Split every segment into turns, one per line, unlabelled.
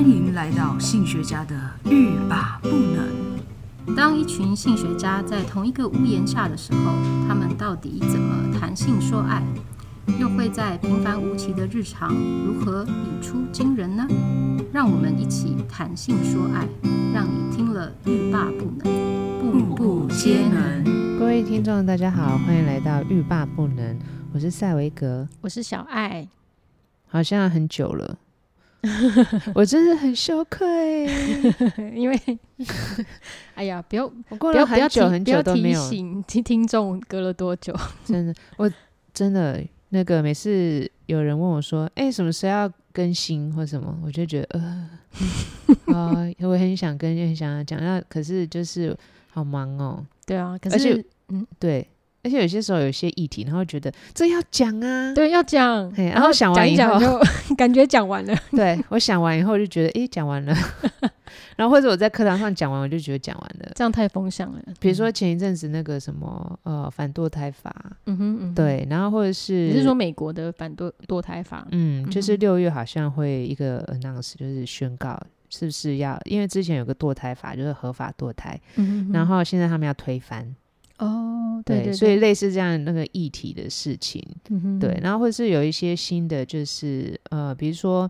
迎来到性学家的欲罢不能。
当一群性学家在同一个屋檐下的时候，他们到底怎么谈性说爱？又会在平凡无奇的日常如何语出惊人呢？让我们一起谈性说爱，让你听了欲罢不能，步步皆能。
各位听众，大家好，欢迎来到欲罢不能，我是赛维格，
我是小爱，
好像很久 了，我真是很羞愧，
因为 哎呀，不要
我
不
过了
要不
很
要
久
提
很
不要
久都没
提
有，
醒听听众隔了多久？
真的，我真的那个每次有人问我说，哎、什么时候要更新或什么，我就觉得 呃，啊、我很想跟，很想讲，那可是就是好忙哦，
对啊，可
而且
是
对，而且有些时候有些议题，然后觉得这要讲啊，
对要讲，
嘿，然后想
讲
完
一
以
讲
后。
就 感觉讲完了。
对，我想完以后就觉得，诶，讲完了。 然后或者我在课堂上讲完，我就觉得讲完了。
这样太风向了。嗯
比如说前一阵子那个什么呃反堕胎法，
嗯，嗯哼，嗯哼，
对，然后或者是
你是说美国的反堕堕胎法？
嗯，就是
嗯哼
六月好像会一个 announce，就是宣告是不是要，因为之前有个堕胎法就是合法堕胎，
嗯
然后现在他们要推翻，
哦，对对，
所以类似这样那个议题的事情，
嗯哼
对，然后或者是有一些新的，就是呃，比如说，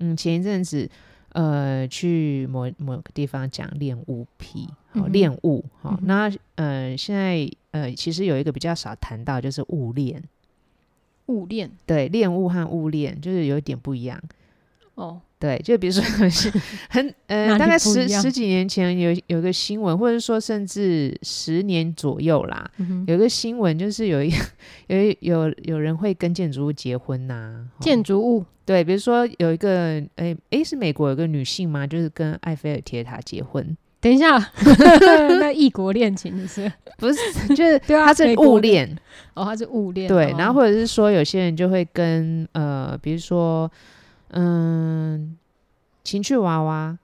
嗯，前一阵子呃去某某个地方讲练物癖，
嗯
好、
哼
恋物，好、
嗯哼
那呃现在呃其实有一个比较少谈到，就是物恋，
物恋
对，恋物和物恋就是有一点不一样。
哦，
对，就比如说是很
哪
呃，
里
大概
不
十
一样
十几年前有有个新闻，或者说甚至十年左右啦，
嗯哼
有一个 新闻就是有一有一有有人会跟建筑物结婚呐、哦
建筑物
对，比如说有一个，诶诶，是美国有个女性吗？就是跟埃菲尔铁塔结婚，
等一 下，那异国恋情就是
不是， 就是
对啊
她
美
是
国
物
的
恋，
哦，它是物恋
对
哦，
然后或者是说有些人就会跟呃，比如说嗯，情趣娃娃，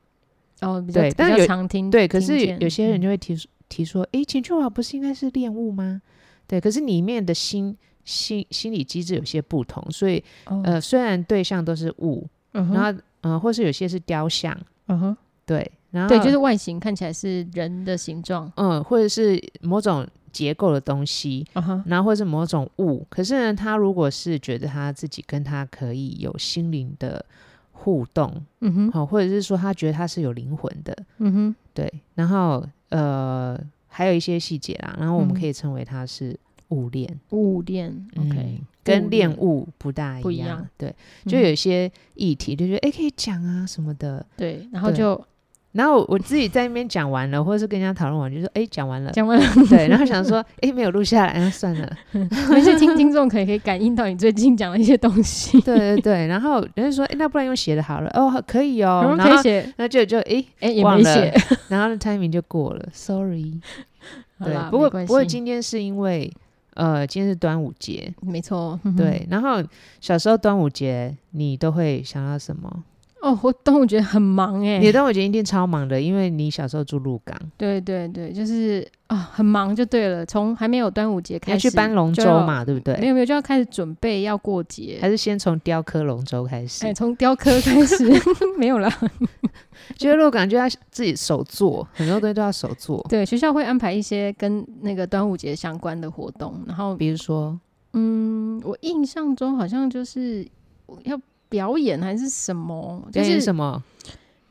哦比较
对
比
但
较
有
常听
对，可是
嗯听
有
见
有些
嗯
人就会提出提说，诶，情趣娃娃不是应该是恋物吗？对，可是里面的心心心理机制有些不同，所以
哦
呃，虽然对象都是物，
嗯哼
然后呃，或是有些是雕像，
嗯哼
对，然后
对，就是外形看起来是人的形状，
嗯，或者是某种结构的东西，
嗯哼
然后或是某种物。可是呢，他如果是觉得他自己跟他可以有心灵的互动，
嗯哼
好、或者是说他觉得他是有灵魂的，
嗯哼，
对。然后呃，还有一些细节啦，然后我们
嗯
可以称为他是物恋、
物恋
嗯
，OK，
跟
物
恋
恋
物不大
不
一
一样
对，
嗯
就有一些议题就觉得哎、诶可以讲啊什么的。
对，然后
对
就
然后我自己在那边讲完了，或者是跟人家讨论完，就说哎讲完了，
讲完了，
对，然后 想说，诶，没有录下来，那算了。
那些听听众可以可以感应到你最近讲的一些东西，
对对对，然后人家说，诶，那不然用写的好了，哦，可以
然
哦
后。嗯
然
可以
后
写
那就就诶，
哎、也
忘
没
了
写，
然后 timing 就过了，sorry。
好
对
啦，
不
嗯
过
没关
不过
系
今天是因为呃，今天是端午节，
没错，嗯哼
对。然后小时候端午节你都会想到什么？
哦，我端午节很忙哎、
你的端午节一定超忙的，因为你小时候住鹿港，
对对对，就是啊，很忙就对了，从还没有端午节
你
开
要
始
去搬龙
就
舟
要，
嘛，对不
没
对？
有没有就要开始准备要过节，
还是先从雕刻龙舟开
哎，
始？
从、雕刻开始 没有啦，
就是鹿港就要自己手做，很多东西都要手做，
对，学校会安排一些跟那个端午节相关的活动，然后
比如说。
嗯，我印象中好像就是要表演还是什么，就
表演
是
哎什么？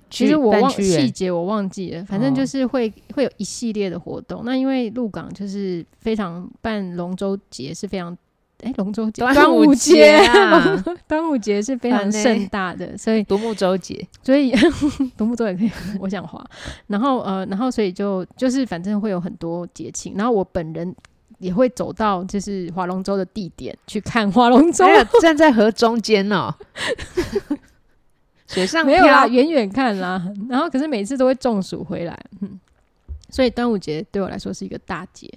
其
去
实我
办
忘
屈
细
原
节我忘记了，反正
哦
就是会、会有一系列的活动。那因为鹿港就是非常办龙舟节是非常，哎、龙舟节
端午
午
节啊
龙舟 端午节是非常
烦欸
盛大的，所以
独木舟节，
所以 独木舟也可以， 我想滑。然后呃，然后所以就就是反正会有很多节庆，然后我本人。也会走到就是划龙舟的地点去看划龙舟，
还有站在河中间 哦，水上
没有啦，
漂。
远远看啦。然后可是每次都会中暑回来，嗯，所以端午节对我来说是一个大节。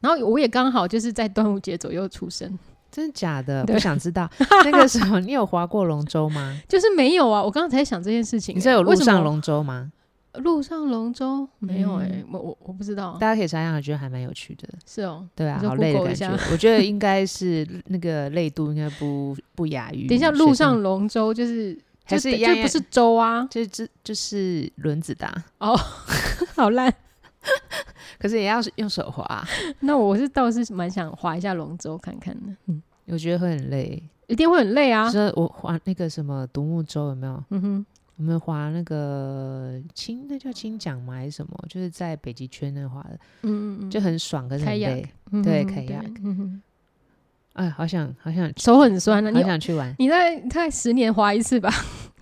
然后我也刚好就是在端午节左右出生，
真的假的？
对
不想知道。那个时候，你有划过龙舟 吗？
就是没有啊。我刚刚才想这件事情、欸
你知道有
为
陆
什么
上龙舟吗？
路上龙舟没有哎、
嗯
我我我不知道啊，
大家可以想想，我觉得还蛮有趣的。
是哦。
对啊，
你说
好累的
Google
感
一下
觉。我觉得应该是那个累度应该不不亚于。
等一下，路上，龙舟就是
还
就是等
一样
就不是粥 啊，
就这就是轮子打，
好烂。
可是也要是用手滑、
那我是倒是蛮想划一下龙舟看看的，嗯，
我觉得会很累。
一定会很累啊
就。是我划那个什么独木舟有没有？
嗯哼，
我们划那个青，那叫青桨吗？还是什么？就是在北极圈那划的，
嗯嗯嗯，
就很爽，可是很
Kayak
累。
嗯
对
嗯
可以啊
对嗯哼
哎，好想好想
手很酸啊，
好
你
想去玩，
你在在十年划一次吧，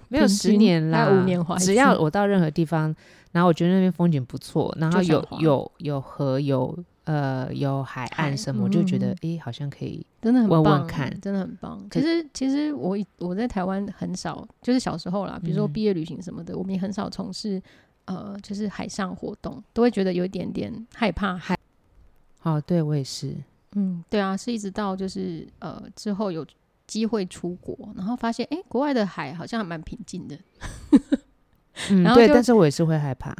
没有
平
十
均
年
大
啦，
概五年划一
只
次
要我到任何地方，然后我觉得那边风景不错，然后
就想
有
划
有有河有呃有海
海
岸什么，我就觉得
嗯
诶好像可以。
真的很
问
棒，
问看
真的很棒。
可
其实其实我以我在台湾很少，就是小时候啦，比如说
嗯
毕业旅行什么的，我们也很少从事呃，就是海上活动，都会觉得有一点点害怕。海，
哦，对我也是，
嗯，对啊，是一直到就是呃之后有机会出国，然后发现诶，国外的海好像还蛮平静的。
嗯，
然后
对，
就
但是我也是会害怕。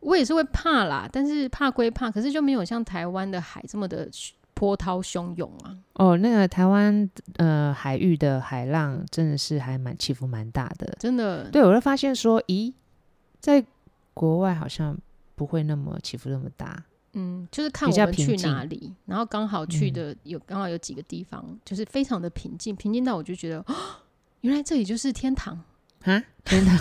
我也是会怕啦，但是怕归怕，可是就没有像台湾的海这么的波涛汹涌啊。
哦，那个台湾呃海域的海浪真的是还蛮起伏蛮大的。
真的，
对，我就发现说，咦，在国外好像不会那么起伏那么大。
嗯，就是看
比
我
较
们去
平静嗯
哪里，然后刚好去的有刚好有几个地方，就是非常的平静，平静到我就觉得，哦，原来这里就是天 堂，
啊，天堂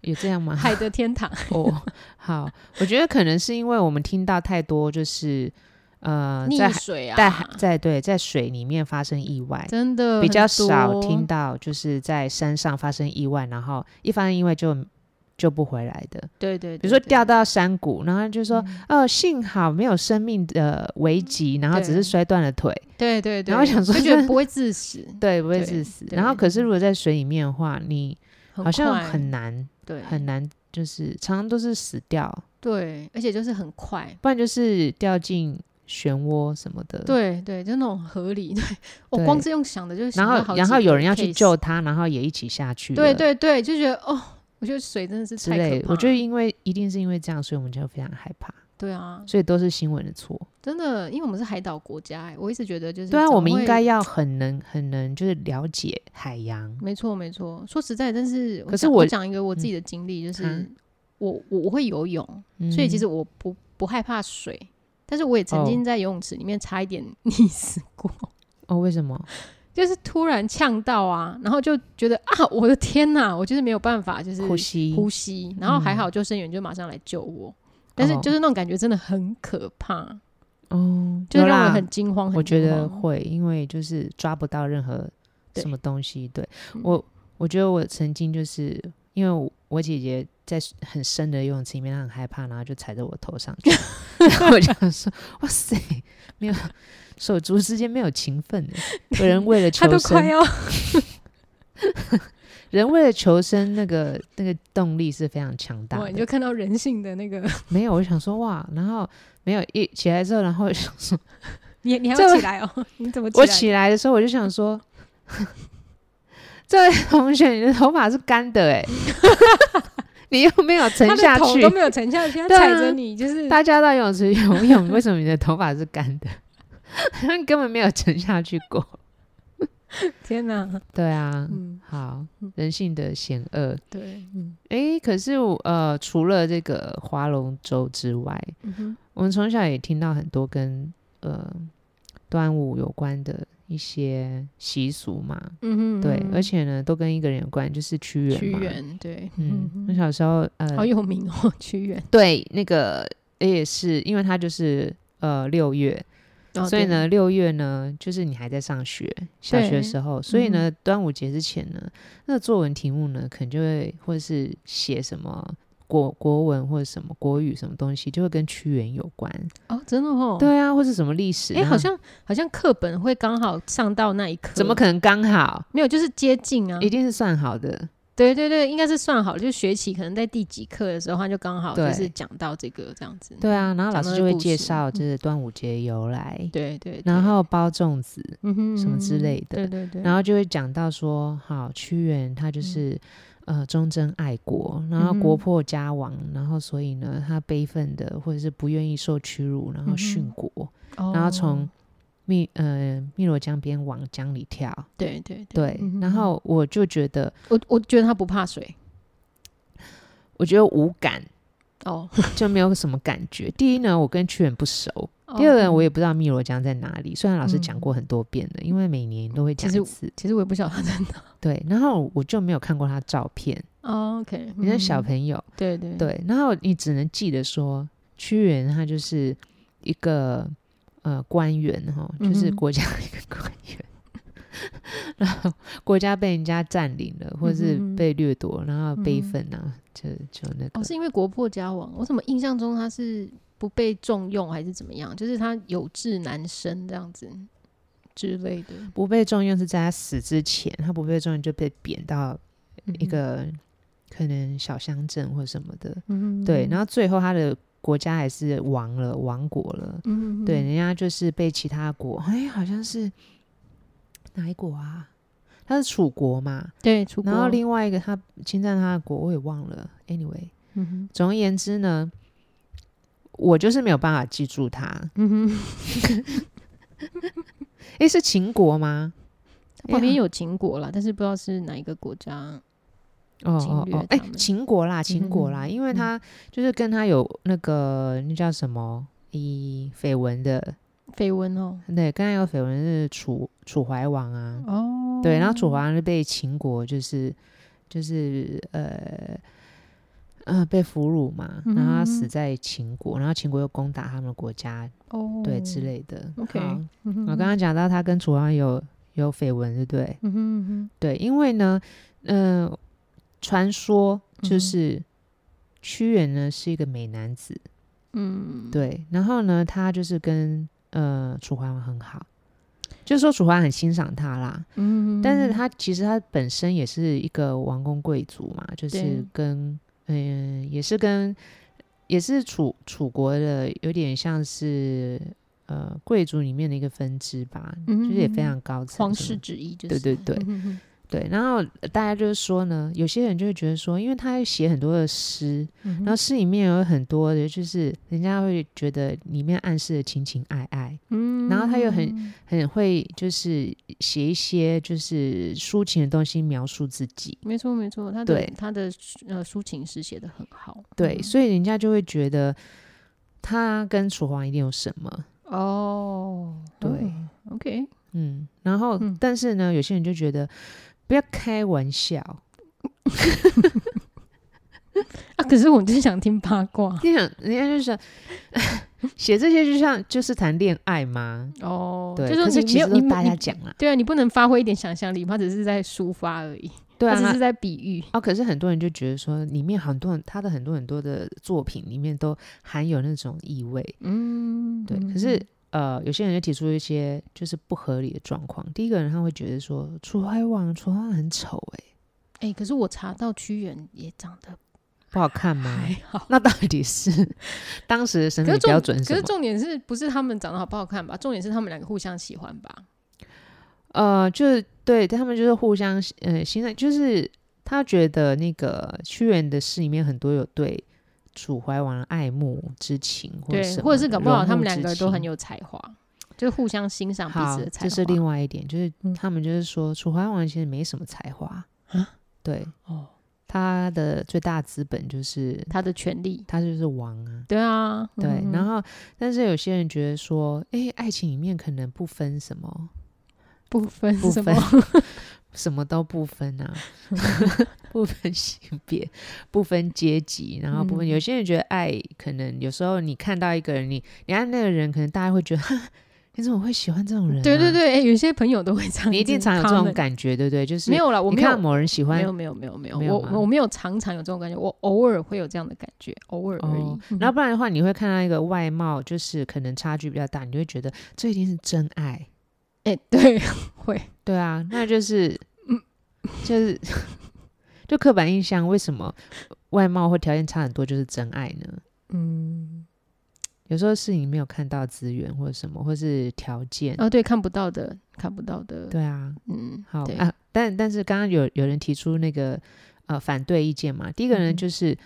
有这样 吗？
海的天堂。
哦，好，我觉得可能是因为我们听到太多，就是呃，
溺
在海
水啊，
在海在对在水里面发生意外，
真的
比较
很
少
多
听。到就是在山上发生意外，然后一发生意外就救不回来的。
对对嗯
比如说掉
到
到山谷，然后就说、哦，幸好没有生命的危机，然后只
嗯对
是摔断了腿，
对对对，
然后想说
就觉
这
得不会致 死，
对，不会
对
致死。
对
然后可是如果在水里面的话，你
很
好像
快
很难
对
很难，就是常常都是死掉，
对，而且就是很快。
不然就是掉进漩涡什么的。。
对对，就那种合理。对，我
对
光是用想的就是
然后，然后有人要去救他，然后也一起下去了。
对对对，就觉得哦，我觉得水真的是
之
太可
类
怕。。
我觉得因为一定是因为这样，所以我们就非常害怕，
对啊，
所以都是新闻的错。
真的，因为我们是海岛国家、哎，我一直觉得就是
对啊，
怎么
我们应
会
该要很能很能就是了解海洋。
没错没错。说实在，但是
可是
讲
我
讲一个我自己的经历，就是、
嗯
我我我会游泳，所以其
嗯
实我不不害怕水，但是我也曾
哦
经在游泳池里面差一点溺死过。
哦，为什么？
就是突然呛到啊，然后就觉得啊，我的天呐，我就是没有办法，就是
呼吸，
呼吸，然后还
嗯
好救生员就马上来救我，但是
哦
就是那种感觉真的很可怕，
哦，
就是
有
让人
啦
很惊慌。
我
很惊
觉得
慌
会，因为就是抓不到任何
对
什么东西。对
嗯
我，我觉得我曾经就是因为我我姐姐在很深的游泳池里面，她很害怕，然后就踩着我头上去， 然后我就想说，哇塞，没有手足之间没有情 分耶，有人为了
他
求
都快
生，
要
人为了求生，那个那个动力是非常强大
哇，
的
你就。看到人性的那 个，
没有，我就想说哇，然后没有一起来之后，然后我就想说。
你你还
这
要起来哦， 你怎么
我
起
起来的时候，我就想说， 这位同学，你的头发是干的哎、 你又没有沉
来？他
下
的头
去
都。没有沉下去，他
对啊
踩着你，就是
大家到游泳池游泳，为什么你的头发是干的？ 好像根本没有沉下去过。
天哪，
对啊，
嗯，
好，人性的险恶。
对，嗯
诶，可是我呃，除了这个划龙舟之外，
嗯哼，
我们从小也听到很多跟呃端午有关的一些习俗嘛。
嗯哼，
对，而
且
且呢，都跟一个人有关，就是屈原。
屈。原，对，
嗯，我
嗯，
小时候
好
呃，
有名哦，屈 原，
对那个也是，因为他就是呃六月，
哦
所以，
对
呢六月呢，就是你还在上学，小
对
学
嗯
的时候，所以呢、端午节之前呢，那作文题目呢，可能就会或是写什么。国国文或者什么国语什么东西，就会跟屈原有关，
哦，真的哦，
对啊，或是什么历史，
哎、
然后
好像好像课本会刚好上到那一课，
怎么可能刚好，
没有？就是接近啊，
一定是算好的，
对对对，应该是算好了，就学期可能在第几课的时候，他就刚好就
对
是讲到这个这样子。
对啊，然后老
讲
师
到
就会
故
介
事嗯
绍就是端午节由来，
对对对
然后包粽子，
嗯哼
什么之类
嗯哼对
的
对对，
然
后
后就会讲到说，好，屈原他就是、呃忠贞爱国，然后
嗯哼
国破家亡，然后所以
嗯哦
呢，他悲愤的或者是不愿意受屈辱，然后殉国，然后从汨呃汨罗江边往江里跳，
对对对，
对，
嗯哼
然后我就觉得
我我觉得他不怕水
我觉得无感，
哦。
就没有什么感觉。第一呢，我跟屈原不熟； 第二呢，我
也
也不知道汨罗江在哪里。虽然老师
嗯
讲过很多遍了，因为每年都会讲
其实
一次。
其实我也不晓得他在哪。
对，然后我就没有看过他照片，
哦 OK，
人家小
嗯
朋友。
对对，
对，然后你只能记得说，屈原他就是一个呃官员哈，就是
嗯哼
国家的一个官员， 然后国家被人家占领了，或是
嗯哼哼
被掠夺，然后悲
嗯哼
愤啊，就就那个
哦，是因为国破家亡，我怎么印象中他是不被重用还是怎么样？就是他有志难伸这样子之类的。
不被重用是在他死之前，他不被重用就被贬到
嗯
一个可能小乡镇或什么的，
嗯，嗯
对，然后最后他的国家还是亡了，亡国了，
嗯，嗯
对，，
嗯
人家就是被其他国，哎，好像是哪一国啊？他是楚国嘛，
对，出国，
然后另外一个他侵占他的国，我也忘了。Anyway，
嗯哼，
总而言之呢，我就是没有办法记住他。
嗯哼，
诶，是秦国吗？
它旁边有秦国啦，但是不知道是哪一个国家。
哦
侵
哦
略
哦，哎
他，们
秦国
嗯
啦，秦国啦，因为他就是跟他有那个那叫什么以绯闻的，
绯闻哦，
对，跟他有绯闻是楚楚怀王啊，
哦，
对，然后楚怀王就被秦国就是就是呃呃被俘虏嘛，然后他死
嗯
在秦国，然后秦国又攻打他们的国家，
哦，
对之。类的。
OK
好
嗯哼
我刚刚讲到他跟楚怀王有有绯闻，对不对？
嗯哼嗯哼，
对，因为呢，呃，传说
嗯
就
哼
是屈原呢是一个美男子，
嗯，
对，然后呢，他就是跟呃楚怀王很好，就是说楚怀王很欣赏他啦，
嗯，
但是他其实他本身也是一个王公贵族嘛，就是
对
跟嗯、也是跟也是楚楚国的，有点像是呃贵族里面的一个分支吧，
嗯
就是也非常高层
皇
什
室
么
之一，就
对
是
对对
嗯哼哼
对。然后大家就是说呢，有些人就会觉得说，因为他写很多的诗，
嗯哼
然后诗里面有很多的，就是人家会觉得里面暗示的情情爱爱，
嗯
然后他又很很会就是写一些就是抒情的东西描述自己。
没错没错，他的
对
他的呃抒情诗写的很好，
对，所以人家就会觉得他跟楚皇一定有什么。
嗯哦，
对，
嗯，OK，
嗯，然后、
嗯
但是呢，有些人就觉得不要开玩笑，
啊，可是我就是想听八卦
你想人家就想写这些就像就是谈恋爱吗？
哦，
对，
就说
可是
你
其
没有
实
你
都大家
你
讲啦，
对啊，你不能发挥一点想象力，他只是在抒发而已，
对啊，
他只
那
是在比喻，
哦，可是很多人就觉得说，里面很多人他的很多很多的作品里面都含有那种意味，
嗯，
对，可是呃，有些人就提出一些就是不合理的状况。第一个人他会觉得说，楚怀王，楚怀王很丑、欸，
哎、可是我查到屈原也长得
不好看吗
还？好。
那到底是 当时的审
哎可
美
是重
标准
可
是什
是
么？
重点是不是他们长得好不好看吧？重点是他们两个互相喜欢吧？
呃，就是对他们就是互相呃欣赏，就是他觉得那个屈原的诗里面很多有对楚怀王的爱慕之情，或者
对
什，么
或者是
的
搞不好
荣
他们
辱
两
之
个都很
情
有才华，就是互相欣赏彼
好
此的，才华。
这是另外一点，就是
嗯
他们就是说楚怀王其实没什么才华
啊，
对，
哦，
他的最大资本就是
他的权利。
他就是王啊，
对啊，
对。
嗯
然后，但是有些人觉得说，哎、爱情里面可能不分什么，
不分
不
什么
分，什么都不分 啊，不分性别，不分阶级，然后不分。
嗯
有些人觉得爱可能有时候你看到一个人，你你爱那个人，可能大家会觉得， 哈你怎么会喜欢这种人、 啊
对对，对，哎，有些朋友都会这样子，
你一定常有这
他
种
们
感觉，对不对？就是
没有啦，我
你
没有
看某人喜
没
欢哦
有没有没有没有，
没有吗
我我没有常常有这种感觉，我偶尔会有这样的感觉，偶尔而已
哦。
嗯
然后不然的话，你会看到一个外貌就是可能差距比较大，你就会觉得这一定是真爱。
哎，对，会，
对啊，那就是，
嗯
就是就刻板印象，为什么外貌或条件差很多就是真爱呢？
嗯，
有时候是你没有看到资源或者什么，或是条件。
哦，对，看不到的，看不到的，
对啊，
嗯，
好
对，
啊，但但是刚刚有有人提出那个呃反对意见嘛，第一个
嗯
人就是、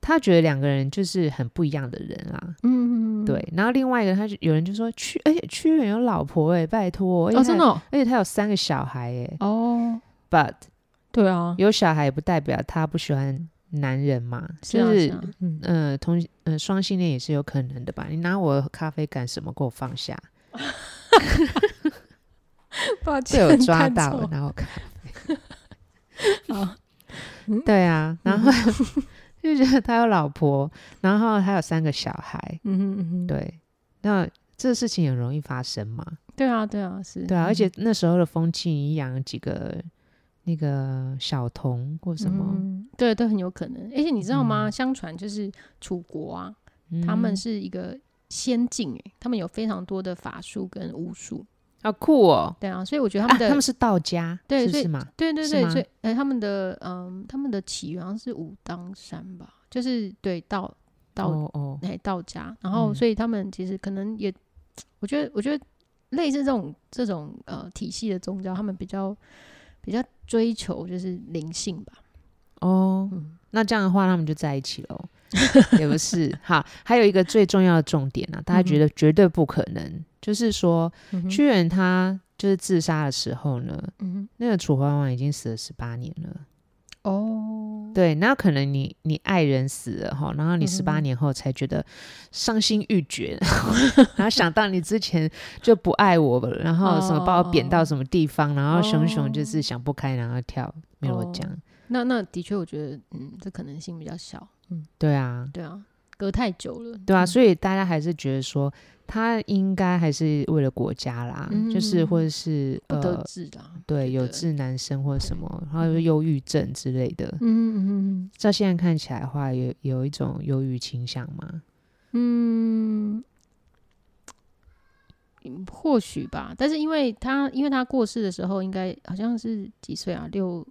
他觉得两个人就是很不一样的人啊，
嗯，嗯嗯
对，然后另外一个他就有人就说屈，而且屈原有老婆哎、拜托，而且
哦，
他
真的哦
而且他有三个小孩哎、
哦，
But
对啊，
有小孩不代表他不喜欢男人嘛，
是
就
啊
是
是啊，嗯，
呃同呃双性恋也是有可能的吧？你拿我咖啡杆什么给我放下？
抱
被
歉，
我抓
看
到
错
了，拿我咖啡。
好，
对啊，然后
嗯
就觉得他有老婆，然后还有三个小孩，
嗯哼嗯哼，
对，那这事情很容易发生嘛？
对啊对啊是，
对啊，
嗯
而且那时候的风气，你养几个那个小童或什么，
嗯对，都很有可能。而且你知道吗？
嗯
相传就是楚国啊，他们
嗯
是一个先进、欸，他们有非常多的法术跟巫术。
好酷哦，
对啊，所以我觉得他
啊，
们的、
他们是道家，
对
是不
所以
是嘛？
对对
是
对，
吗
所以呃，他们的嗯，他们的起源好像是武当山吧，就是对道道
哦哦，
哎、道家，然后
嗯
所以他们其实可能也，我觉得我觉得类似这种这种呃体系的宗教，他们比较比较追求就是灵性吧。
哦，
嗯
那这样的话，他们就在一起喽。 也不是好，还有一个最重要的重点啊，大家觉得绝对不可能，就是说
嗯哼
屈原他就是自杀的时候呢，
嗯
那个楚怀王已经死了十八年了。
哼哦，
对，那可能你你爱人死了哈，然后你
嗯
十八年后才觉得伤心欲 绝，然后想到你之前就不爱我了，然后
哦
什么把我贬到什么地方，然后熊熊就是想不开，然后跳没有我
哦
讲，
那那的确，我觉得嗯，这可能性比较小。嗯，
对啊，
对啊，隔太久了。
对啊，
嗯
所以大家还是觉得说他应该还是为了国家啦，
嗯
就是或者是
不得
呃，
志啦。
对，
觉
有
得
志男生或者什么，还有忧郁症之类的。
嗯嗯
照现在看起来的话，有有一种忧郁倾向嘛？
嗯嗯，或许吧。但是因为他，因为他过世的时候，应该好像是几岁啊？六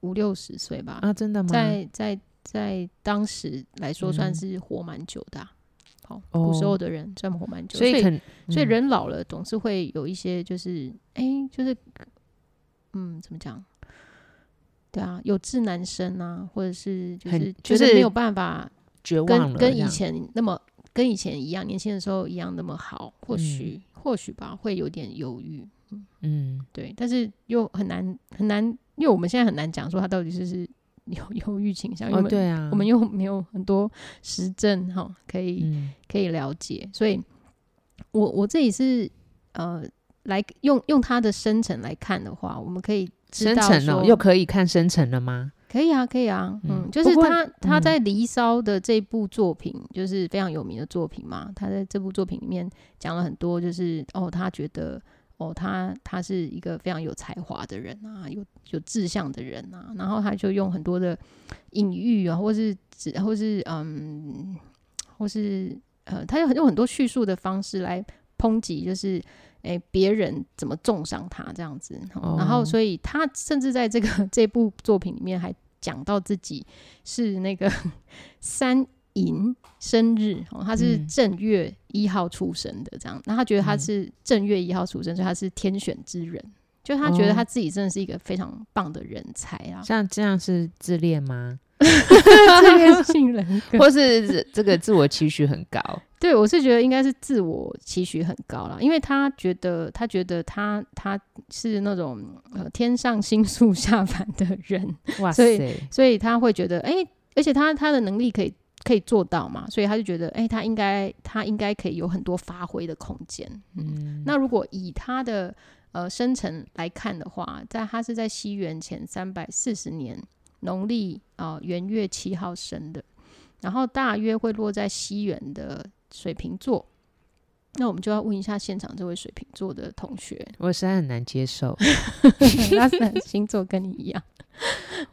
五六十岁吧。
啊，真的吗？
在在在当时来说，算
嗯
是活蛮久的啊、好，
哦
古时候的人算活蛮久，
所以可能，
所以
嗯
人老了总是会有一些，就是哎、诶就是嗯，怎么讲？对啊，有志难伸啊，或者是就
很
是
就
觉得
是
没有办法
绝望
跟
了，
跟
这
以
样
前那么跟以前一样，年轻的时候一样那么好，或许、或许吧，会有点犹豫，
嗯，
对，但是又很难很难，因为我们现在很难讲说他到底是不 是有忧郁倾向，因为
哦，
我们、
对啊，
我们又没有很多实证哈，可以、
嗯
可以了解。所以我我自己是呃，来用用它的生成来看的话，我们可以知
生
道
成
说
了，哦又可以看生成了吗？
可以啊，可以啊，
嗯
嗯，就是
不过
他他
嗯
在《离骚》的这部作品，就是非常有名的作品嘛。他在这部作品里面讲了很多，就是哦，他觉得哦，他他是一个非常有才华的人啊，有有志向的人啊，然后他就用很多的隐喻啊，或是指或是嗯，或是呃，他有很用很多叙述的方式来抨击，就是诶别人怎么重伤他这样子。
哦
然后，所以他甚至在这个 这部作品里面还讲到自己是那个三寅生日，哦，他是
嗯
正月一号出生的这样。那他觉得他
嗯
是正月一号出生，所以他是天选之人。就他觉得
哦
他自己真的是一个非常棒的人才啊，
像这样是自恋 吗？
自恋性人格。
或是这个自我期许很高？
对，我是觉得应该是自我期许很高啦，因为他觉得他觉得他他是那种呃天上星宿下凡的人，
哇
所以
塞，
所以他会觉得哎、而且他他的能力可以可以做到嘛，所以他就觉得哎、他应该他应该可以有很多发挥的空间。嗯，
嗯，
那如果以他的呃生辰来看的话，在他是在西元前三百四十年农历啊、呃元月七号生的，然后大约会落在西元的水瓶座。那我们就要问一下现场这位水瓶座的同 学，
我实在很难接受。
他的星座跟你一样，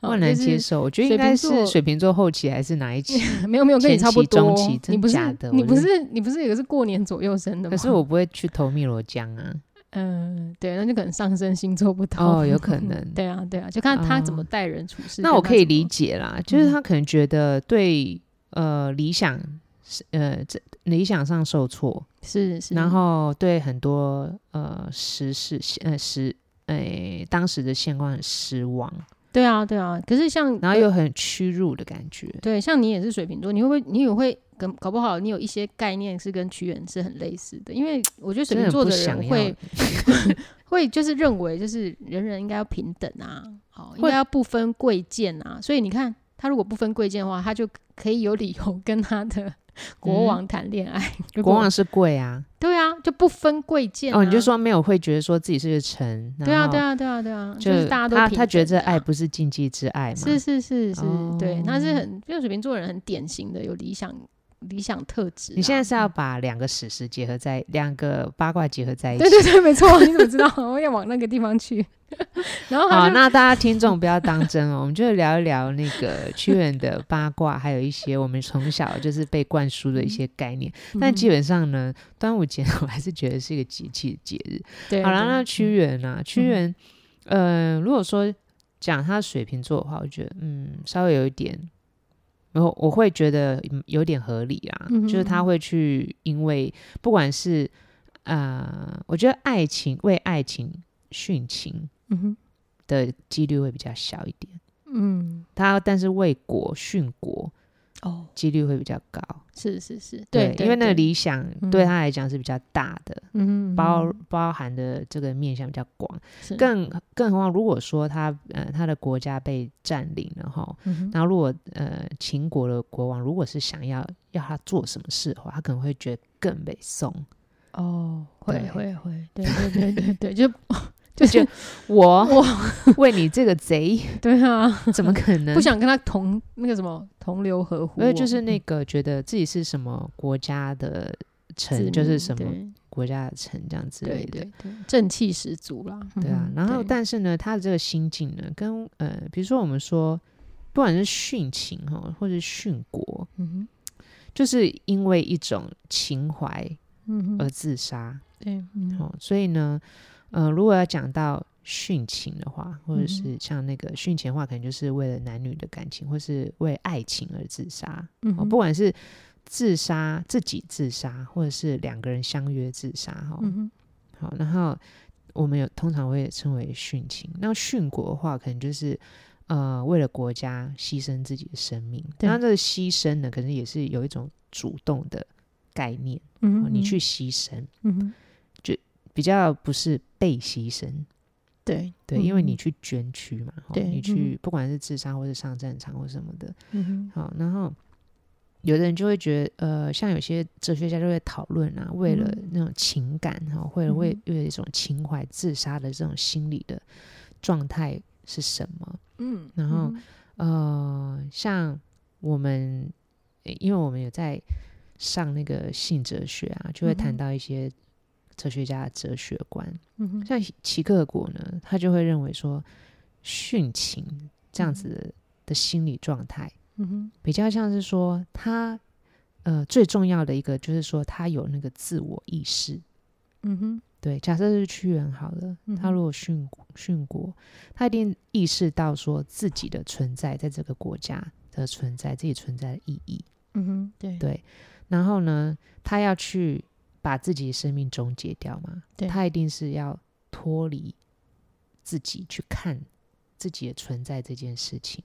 我
哦
很难
就是
接受，我觉得
水
应该
瓶座
是水瓶座后期还是哪 一期？
没有没有跟你差不
前期
多
中期，真
你不是
假的
你
我
不
真
是你不是有个是过年左右生的吗？
可是我不会去投汨罗江啊。
嗯、对，那就可能上升星座不同
哦，有 可能。
对啊对啊，就看他怎么
哦
待人处事。
那
跟
我
他
可
怎
以
么嗯
理解啦，就是他可能觉得对呃理想是呃这理想上受挫，
是是，
然后对很哎多呃时事呃时呃当时的现况很失望，
对啊，对啊。可是像
然后又很屈辱的感觉。
对，像你也是水瓶座，你会不会你也会跟搞不好你有一些概念是跟屈原是很类似的？因为我觉得水
真
瓶
的
座
不
的
想
人
要
会会就是认为就是人人应该要平等啊，好，应
会
该要不分贵贱啊。所以你看他如果不分贵贱的话，他就可以有理由 跟他的国王谈恋爱。如
嗯国
果
王是 贵啊，
对啊，就不分贵贱、啊。
哦，你就说没有会觉得说自己是个臣，
对啊，对
然后
啊，对啊，对啊，
就
就是大家都
他
平
他觉得
等
这
的啊
爱不是禁忌之爱嘛，
是是是是，对，他是
哦
很，因为水瓶座人很典型的有理想理想特质啊。
你现在是要把两个史实结合在，两个八卦结合在一起。
对对对，没错，你怎么知道？ 我也往那个地方去。 然后
好，啊
他就
那大家听众不要当真哦，我们就聊一聊那个屈原的八卦，还有一些我们从小就是被灌输的一些概念。
嗯
但基本上呢，端午节 我还是觉得是一个节气的节日。
对，
好了，
对嗯
那屈原呢、屈原，呃，如果说讲他水瓶座的话，我觉得嗯，稍微有一点。然后我会觉得嗯有点合理啊，
嗯哼
就是他会去，因为不管是啊、呃我觉得爱情为爱情殉情
嗯哼
的几率会比较小一点，
嗯
他但是为国殉国
哦，
几率会比较高，
是是是，对，
因为那
对
个理想
嗯
对他来讲是比较大的，
嗯
包
嗯
包含的这个面向比较广，
是
更更何况如果说他呃他的国家被占领了哈，
嗯哼
然后如果呃秦国的国王如果是想要要他做什么事的话，他可能会觉得更北宋，
哦，会
对
会 会，对对对对对，就就
就是哦我
我
为你这个贼
对啊，
怎么可能
不？想跟他同那个什么同流合污
嗯因
哦，
为就是那个觉得自己是什么国家的
字
臣，就是
幕
什么
对
国家的臣这样之类
对
的
对。对，正气十足啦。
对啊，
嗯
然后
对
但是呢，他的这个心境呢，跟呃，比如说我们说，不管是殉情哈，或者殉国，
嗯
就是因为一种情怀
哼嗯
而
哼，
自杀
对，嗯
哦，所以呢，呃，如果要讲到殉情的话，或者
嗯
是像那个殉情的话，可能就是为了男女的感情，或是为爱情而自杀。
嗯
哦，
哼
不管是自杀自己自杀，或者是两个人相约自杀，哦哈、
嗯哼
好，然后我们有通常会称为殉情。那殉国的话，可能就是呃为了国家牺牲自己的生命。
对
那这个牺牲呢，可能也是有一种主动的概念，
嗯
哦、
哼，
你去牺牲，
嗯哼，
比较不是被牺牲。
对
对，因为你，去捐躯嘛，哦
嗯对
你
嗯
去不管是自杀或是上战场或什么的，
嗯哼
好，然后有的人就会觉得，呃，像有些哲学家就会讨论啊，为了
嗯
那种情感哈，或者为
嗯
为了一种情怀自杀的这种心理的状态是什么？
嗯哼，
然后
嗯哼
呃，像我们，呃因为我们有在上那个性哲学啊，就会
嗯
谈
哼
到一些哲学家的哲学观。
嗯哼，
像齐克果呢，他就会认为说，殉情这
嗯
样子的的心理状态。
嗯哼，
比较像是说他呃最重要的一个就是说他有那个自我意识。
嗯哼，
对，假设是屈原好了，
嗯
他
哼
如果殉国殉国，他一定意识到说自己的存在在这个国家的存在，自己存在的意义。
嗯哼，对
对，然后呢，他要去把自己的生命终结掉嘛，
对
他一定是要脱离自己去看自己的存在这件事情。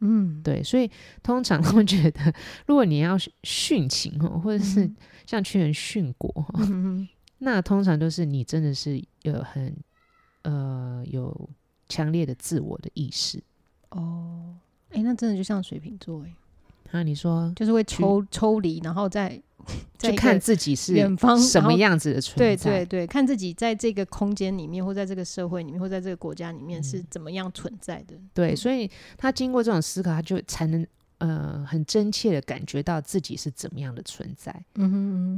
嗯，
对，所以通常他们觉得，如果你要殉情哦，或者是
嗯
像去人殉国哦，
嗯 哼，
那通常都是你真的是有很呃有强烈的自我的意识。
哦，哎，那真的就像水瓶座哎，
然后你说
就是会
去
抽抽离，然后 再再
去
一
看
个
自己是
远方
什
然
么
后
样子的存
对
在，
对对，看自己在这个空间里面，或在这个社会里面，或在这个国家里面是
嗯
怎么样存在的。
对所以他经过这种思考，他就才能呃很真切的感觉到自己是怎么样的存在。
嗯哼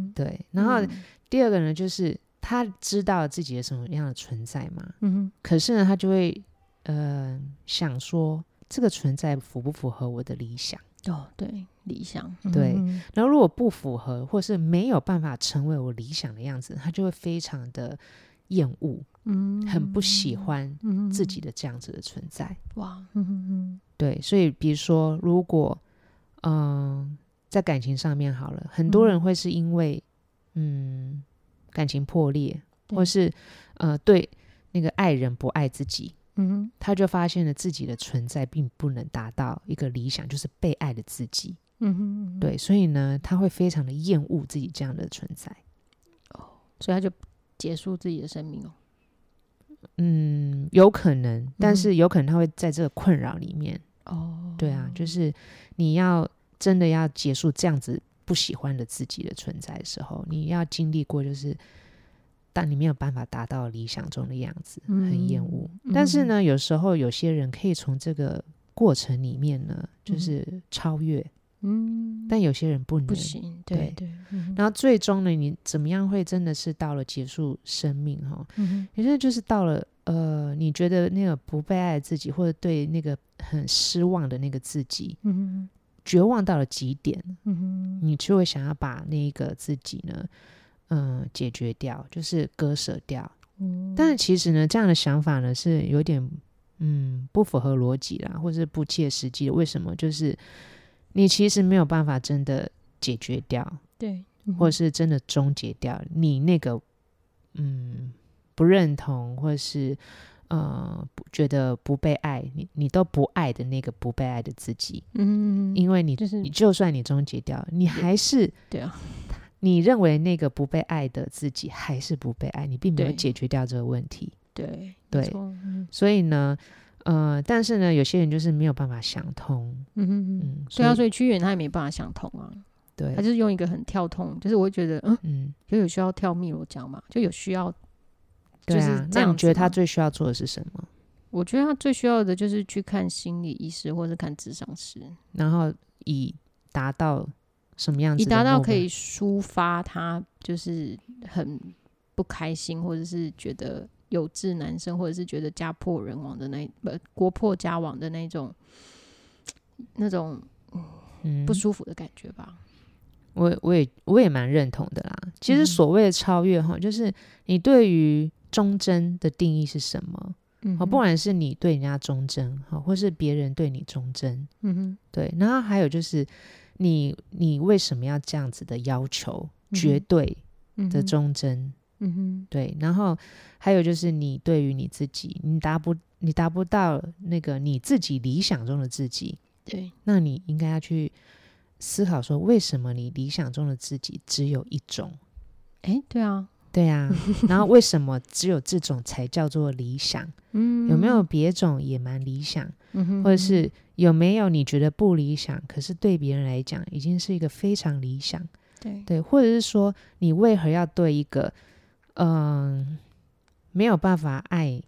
嗯
对，
哼，
然后
嗯
第二个呢，就是他知道自己的什么样的存在嘛，
嗯哼，
可是呢，他就会呃想说，这个存在符不符合我的理想？
哦，对，理想，
对
嗯
然后如果不符合，或是没有办法成为我理想的样子，他就会非常的厌恶，
嗯，
很不喜欢
嗯
自己的这样子的存在。
哇，嗯嗯
对，所以比如说，如果嗯、呃在感情上面好了，很多
嗯
人会是因为嗯感情破裂，
对
或是呃对那个爱人不爱自己，
嗯嗯
他就发现了自己的存在并不能达到一个理想，就是被爱的自己。
哼嗯哼嗯哼，
对，所以呢，他会非常的厌恶自己这样的存在。
所以他就结束自己的生命哦。
嗯，有可能，但是有可能他会在这个困扰里面。
哦，
对啊，就是你要真的要结束这样子不喜欢的自己的存在的时候，你要经历过，就是当你没有办法达到理想中的样子，很厌恶。
嗯
但是呢，有时候有些人可以从这个过程里面呢，就是超越，
嗯，
但有些人不能。
不行，
对
对对，嗯哼
然后最终呢，你怎么样会真的是到了结束生命哈、
嗯哼
也就是就是到了呃，你觉得那个不被爱的自己，或者对那个很失望的那个自己，
嗯哼
绝望到了极点，
嗯哼
你就会想要把那个自己呢，嗯、解决掉，就是割舍掉。
嗯
但是其实呢，这样的想法呢是有点嗯不符合逻辑啦，或是不切实际的。为什么？就是你其实没有办法真的解决掉，
对，嗯
或是真的终结掉你那个嗯不认同，或是呃不觉得不被爱，你你都不爱的那个不被爱的自己，
嗯，
因为你、
就是
你就算你终结掉，你还是
对啊，
你认为那个不被爱的自己还是不被爱，你并没有
对
解决掉这个问题，
对
对
没错嗯
所以呢。呃，但是呢，有些人就是没有办法想通，
嗯哼嗯，
嗯，
对啊，所
以
以屈原他也没办法想通啊，
对
他，就是用一个很跳痛，就是我会觉得嗯，
嗯，
就有需要跳汨罗江嘛，就有需要，
对
就是
啊。
这
那你
样
觉得
子
他
嘛
最需要做的是什么？
我觉得他最需要的就是去看心理医师或是看智商师，
然后以达到什么样子
以
的
达到
目
可
标
以抒发他就是很不开心，或者是觉得有志难伸，或者是觉得家破人亡的那一不国破家亡的那种那种
嗯
不舒服的感觉吧。
我我也我也蛮认同的啦。其实
嗯
所谓的超越哈，就是你对于忠贞的定义是什么？
嗯
好，
哼
不，管是你对人家忠贞，好，或是别人对你忠贞，
嗯哼，
对。然后还有就是你你为什么要这样子的要求？
哼
绝对
嗯
的
哼，
忠贞，
嗯哼，
对。然后还有就是你对于你自己，你达不你达不到那个你自己理想中的自己，
对，
那你应该要去思考说，为什么你理想中的自己只有一种？
哎，对啊，
对啊，然后为什么只有这种才叫做理想？
嗯，
有没有别种也蛮理想，
嗯哼，
或者是有没有你觉得不理想，可是对别人来讲已经是一个非常理想？
对，
对，或者是说你为何要对一个嗯、没有办法爱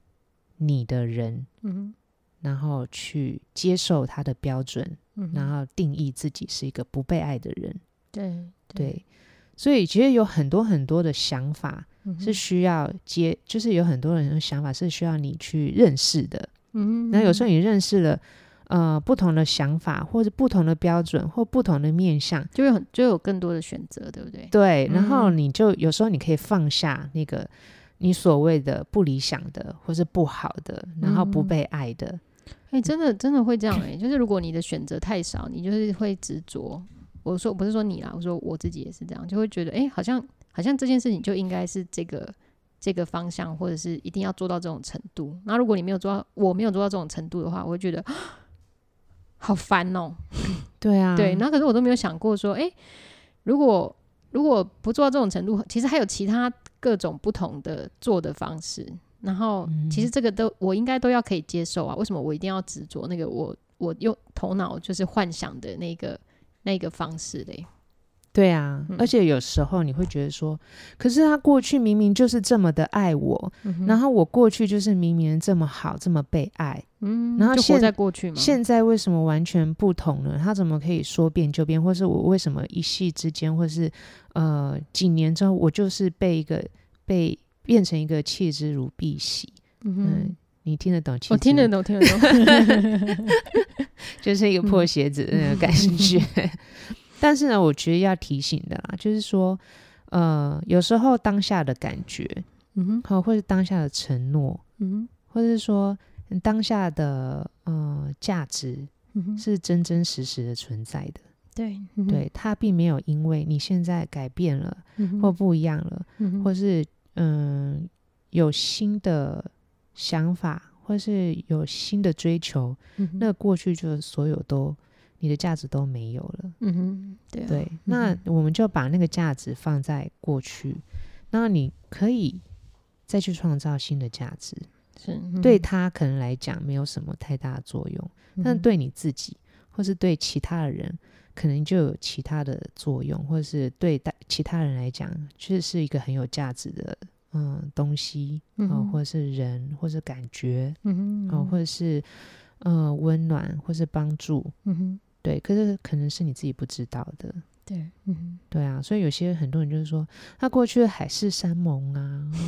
你的人，
嗯
然后去接受他的标准，
嗯哼，
然后定义自己是一个不被爱的人？
对
对，所以其实有很多很多的想法
嗯
是，需要接，就是有很多人的想法是需要你去认识的。
嗯哼，
那有时候你认识了呃不同的想法，或者不同的标准，或不同的面向，
就会很就有更多的选择，对不对？
对，然后
嗯
你就有时候你可以放下那个。你所谓的不理想的，或是不好的，然后不
嗯
被爱的，
哎、真的真的会这样哎、就是如果你的选择太少，你就是会执着。我说不是说你啦，我说我自己也是这样，就会觉得哎、诶好像好像这件事情就应该是这个这个方向，或者是一定要做到这种程度。那如果你没有做到，我没有做到这种程度的话，我会觉得 好烦哦、
对啊，
对，那可是我都没有想过说，哎、如果如果不做到这种程度，其实还有其他各种不同的做的方式。然后，
嗯
其实这个都我应该都要可以接受啊。为什么我一定要执着那个我我用头脑就是幻想的那个那个方式嘞？
对啊，
嗯
而且有时候你会觉得说，可是他过去明明就是这么的爱我，然后我过去就是明明这么好，这么被爱，
嗯，
然后
就活
现
在过去嘛。
现在为什么完全不同呢？他怎么可以说变就变，或是我为什么一夕之间，或是呃几年之后，我就是被一个被变成一个弃之如敝屣？
嗯
嗯
哼，，
你听得懂弃之？
我听得，懂，听得 懂。
就是一个破鞋子的
嗯
那个感觉。但是呢，我觉得要提醒的啦，就是说，呃，有时候当下的感觉，
嗯哼，
好，或者当下的承诺，
嗯
或者是说嗯当下的呃价值
哼，嗯哼，
是真真实实的存在的。
对，嗯哼，
对，它并没有因为你现在改变了
嗯哼
或不一样了，
嗯哼
或是嗯有新的想法，或是有新的追求，
嗯哼
那过去就所有都你的价值都没有了。
嗯哼，对啊，
对，那我们就把那个价值放在过去，那你可以再去创造新的价值。
是，
对他可能来讲没有什么太大的作用，
嗯
但对你自己或是对其他的人，可能就有其他的作用，或是对大其他人来讲，确实是一个很有价值的嗯东西啊、
嗯
呃
哼
或是人，或是感觉
嗯
啊、
哼，
呃或者是呃温暖，或是帮助。
嗯哼，
对，可是可能是你自己不知道的，
对，嗯哼，
对啊，所以有些很多人就是说，他过去的海誓山盟啊，哦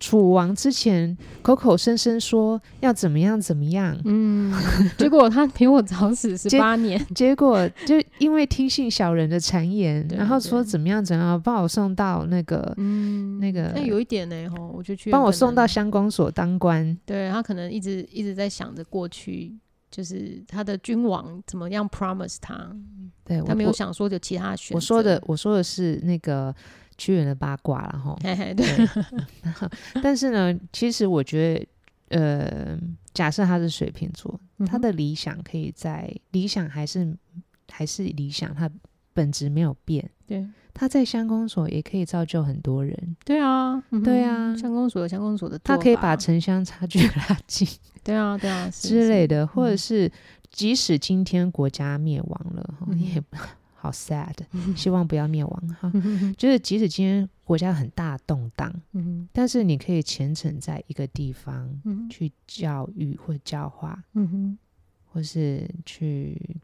楚王之前口口声声说要怎么样怎么样，
嗯，结果他比我早死十
结
八年，
结果就因为听信小人的谗言，
对
然后
对
说怎么样怎么样，把我送到那个、
嗯，
那个
那有一点呢，吼，我就去
帮我送到乡公所当官，
对他可能一直一直在想着过去，就是他的君王怎么样 promise 他，
对
他
我
没有
我
想说有其他的选择。
我说的，我说的是那个屈原的八卦然 后
嘿嘿，对，
但是呢，其实我觉得，呃，假设他是水瓶座，
嗯哼
他的理想可以在理想还是还是理想，他本质没有变。
对，
他在乡公所也可以造就很多人，
对啊，嗯哼
对啊
乡公所有乡公所的做法，
他可以把城乡差距拉近
对啊，对啊是
之类
是
的，或者是即使今天国家灭亡了，哈
嗯
你也 好 sad，希望不要灭亡哈。
嗯哼
就是即使今天国家很大动荡，
嗯哼
但是你可以虔诚在一个地方
嗯哼
去教育或教化，
嗯哼
或是去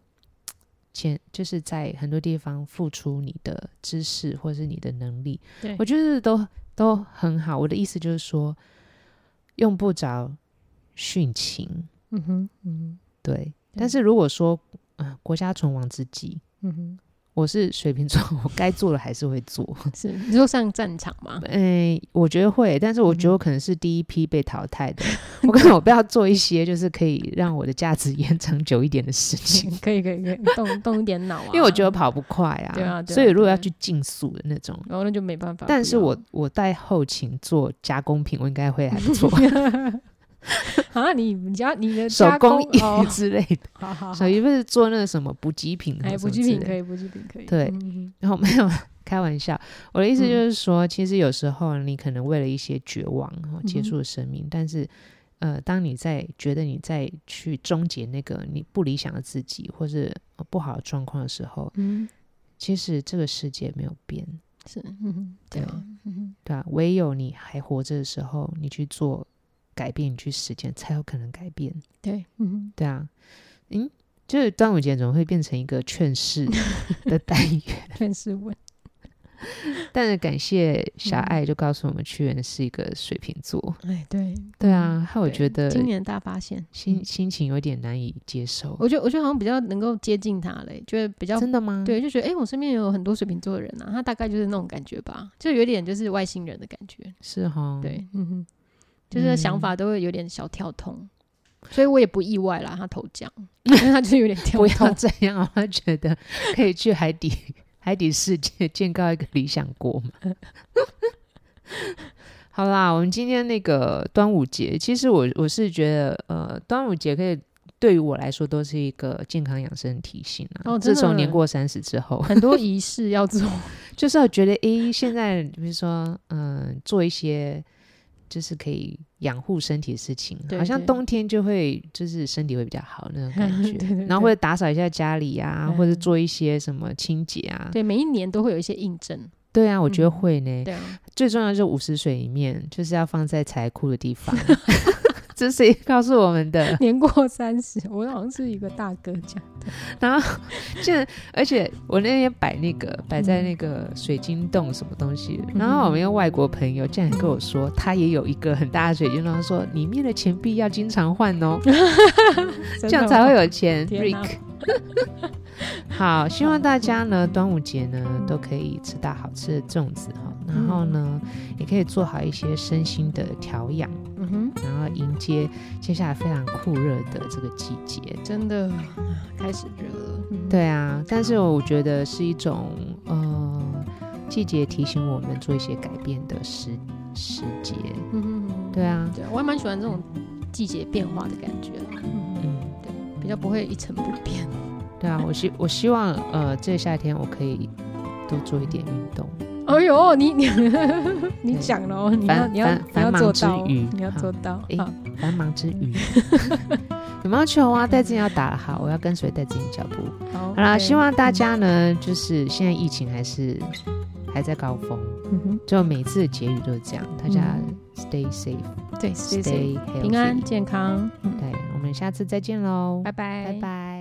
前，就是在很多地方付出你的知识或是你的能力，
对
我觉得都都很好。我的意思就是说，用不着殉情，
嗯哼嗯
对。但是如果说，呃，国家存亡之际，
嗯哼
我是水瓶座，我该做的还是会 做。
嗯哼，是你说上战场嘛？
嗯、我觉得会，但是我
嗯
觉得我可能是第一批被淘汰的。我可能我不要做一些就是可以让我的价值延长久一点的事情。
可以可以可以，动动一点脑啊，
因为我觉得跑不快啊，
对啊对啊
所以如果要
对
去竞速的那种，
然后那就没办法。
但是
不要
我我带后勤做加工品，我应该会还不错，
啊，你你家你的
手
加
工艺，
哦
之类的，
好好好
手，艺不是做那个什么补给品，
哎，补给品可，以，补给品可以，
对
嗯哼
然 后没有开玩笑，我的意思
嗯
就是说，其实有时候你可能为了一些绝望哈结
嗯哼
束了生命，但是。呃，当你在觉得你在去终结那个你不理想的自己，或是呃不好的状况的时候，
嗯，
其实这个世界没有变，
是，嗯哼，对啊，嗯
对啊，唯有你还活着的时候，你去做改变，你去实践，才有可能改变。
哼，对，嗯哼，
对啊，嗯，就是端午节总会变成一个劝世的单元，
劝世文，
但是感谢
嗯
小爱就告诉我们，屈原是一个水瓶座。
哎，对，
对啊，害我
对
觉得
今年大发现，
心心情有点难以接受。
我觉得我觉得好像比较能够接近他嘞，觉得比较
真的吗？，
对，就觉得哎，诶我身边有很多水瓶座的人啊，他大概就是那种感觉吧，就有点就是外星人的感觉，
是哈，，
对，嗯哼，就是
嗯
想法都会有点小跳通。所以我也不意外啦，他头奖， 因为他就是有点跳
不
通
要。这样，我觉得可以去海底 海底世界建构一个理想国嘛。 好啦，我们今天那个端午节，其实我我是觉得，呃，端午节可以对于我来说都是一个健康养生提醒啊。
哦真
自
的
从年过三十之后，
很多仪式要做，
就是我觉得，诶，现在比如说，嗯、做一些就是可以养护身体的事情，
对
好像
对
冬天就会就是身体会比较好那种感觉，
对嗯对对
然后会打扫一下家里啊，
嗯
或者做一些什么清洁啊，
对，每一年都会有一些印证，
对啊，我觉得会呢。
对啊，
最重要就是五十水里面，就是要放在财库的 地方。这是告诉我们的，
年过三十，我好像是一个大哥讲，
然后现在，而且我那天摆那个摆在
嗯
那个水晶洞什么东西，然后我们一个外国朋友竟然跟我说，他也有一个很大的水晶洞，他说里面的钱币要经常换哦，这样才会有钱。
天哪
Rick，好，希望大家呢端午节呢都可以吃到好吃的粽子哈，然后呢也可以做好一些身心的调养，
嗯哼，
然后迎接接下来非常酷热的这个季节。
真的啊开始热了，嗯，
对啊，但是我觉得是一种呃季节提醒我们做一些改变的时时节。
嗯哼，嗯哼
对啊，
对，我还蛮喜欢这种季节变化的感觉了，
嗯，
比较不会一成不变。
对啊，我希我希望呃，这个夏天我可以多做一点运动。
哎呦，你 你你讲了哦，你要
繁
你要
繁
你要
繁忙
做
之
到哦，
余
你要做到
诶
好。
繁忙之余， 有没有球啊？戴自己要打了好，我要跟随戴自己脚步。
好
好啦，
OK 嗯
希望大家呢，就是现在疫情还是还在高峰，
嗯哼
就每次的结语都是这样，大家
嗯
stay safe，stay
对，谢谢，
healthy，
平安健康，嗯
对，我们下次再见喽，
拜拜，
拜拜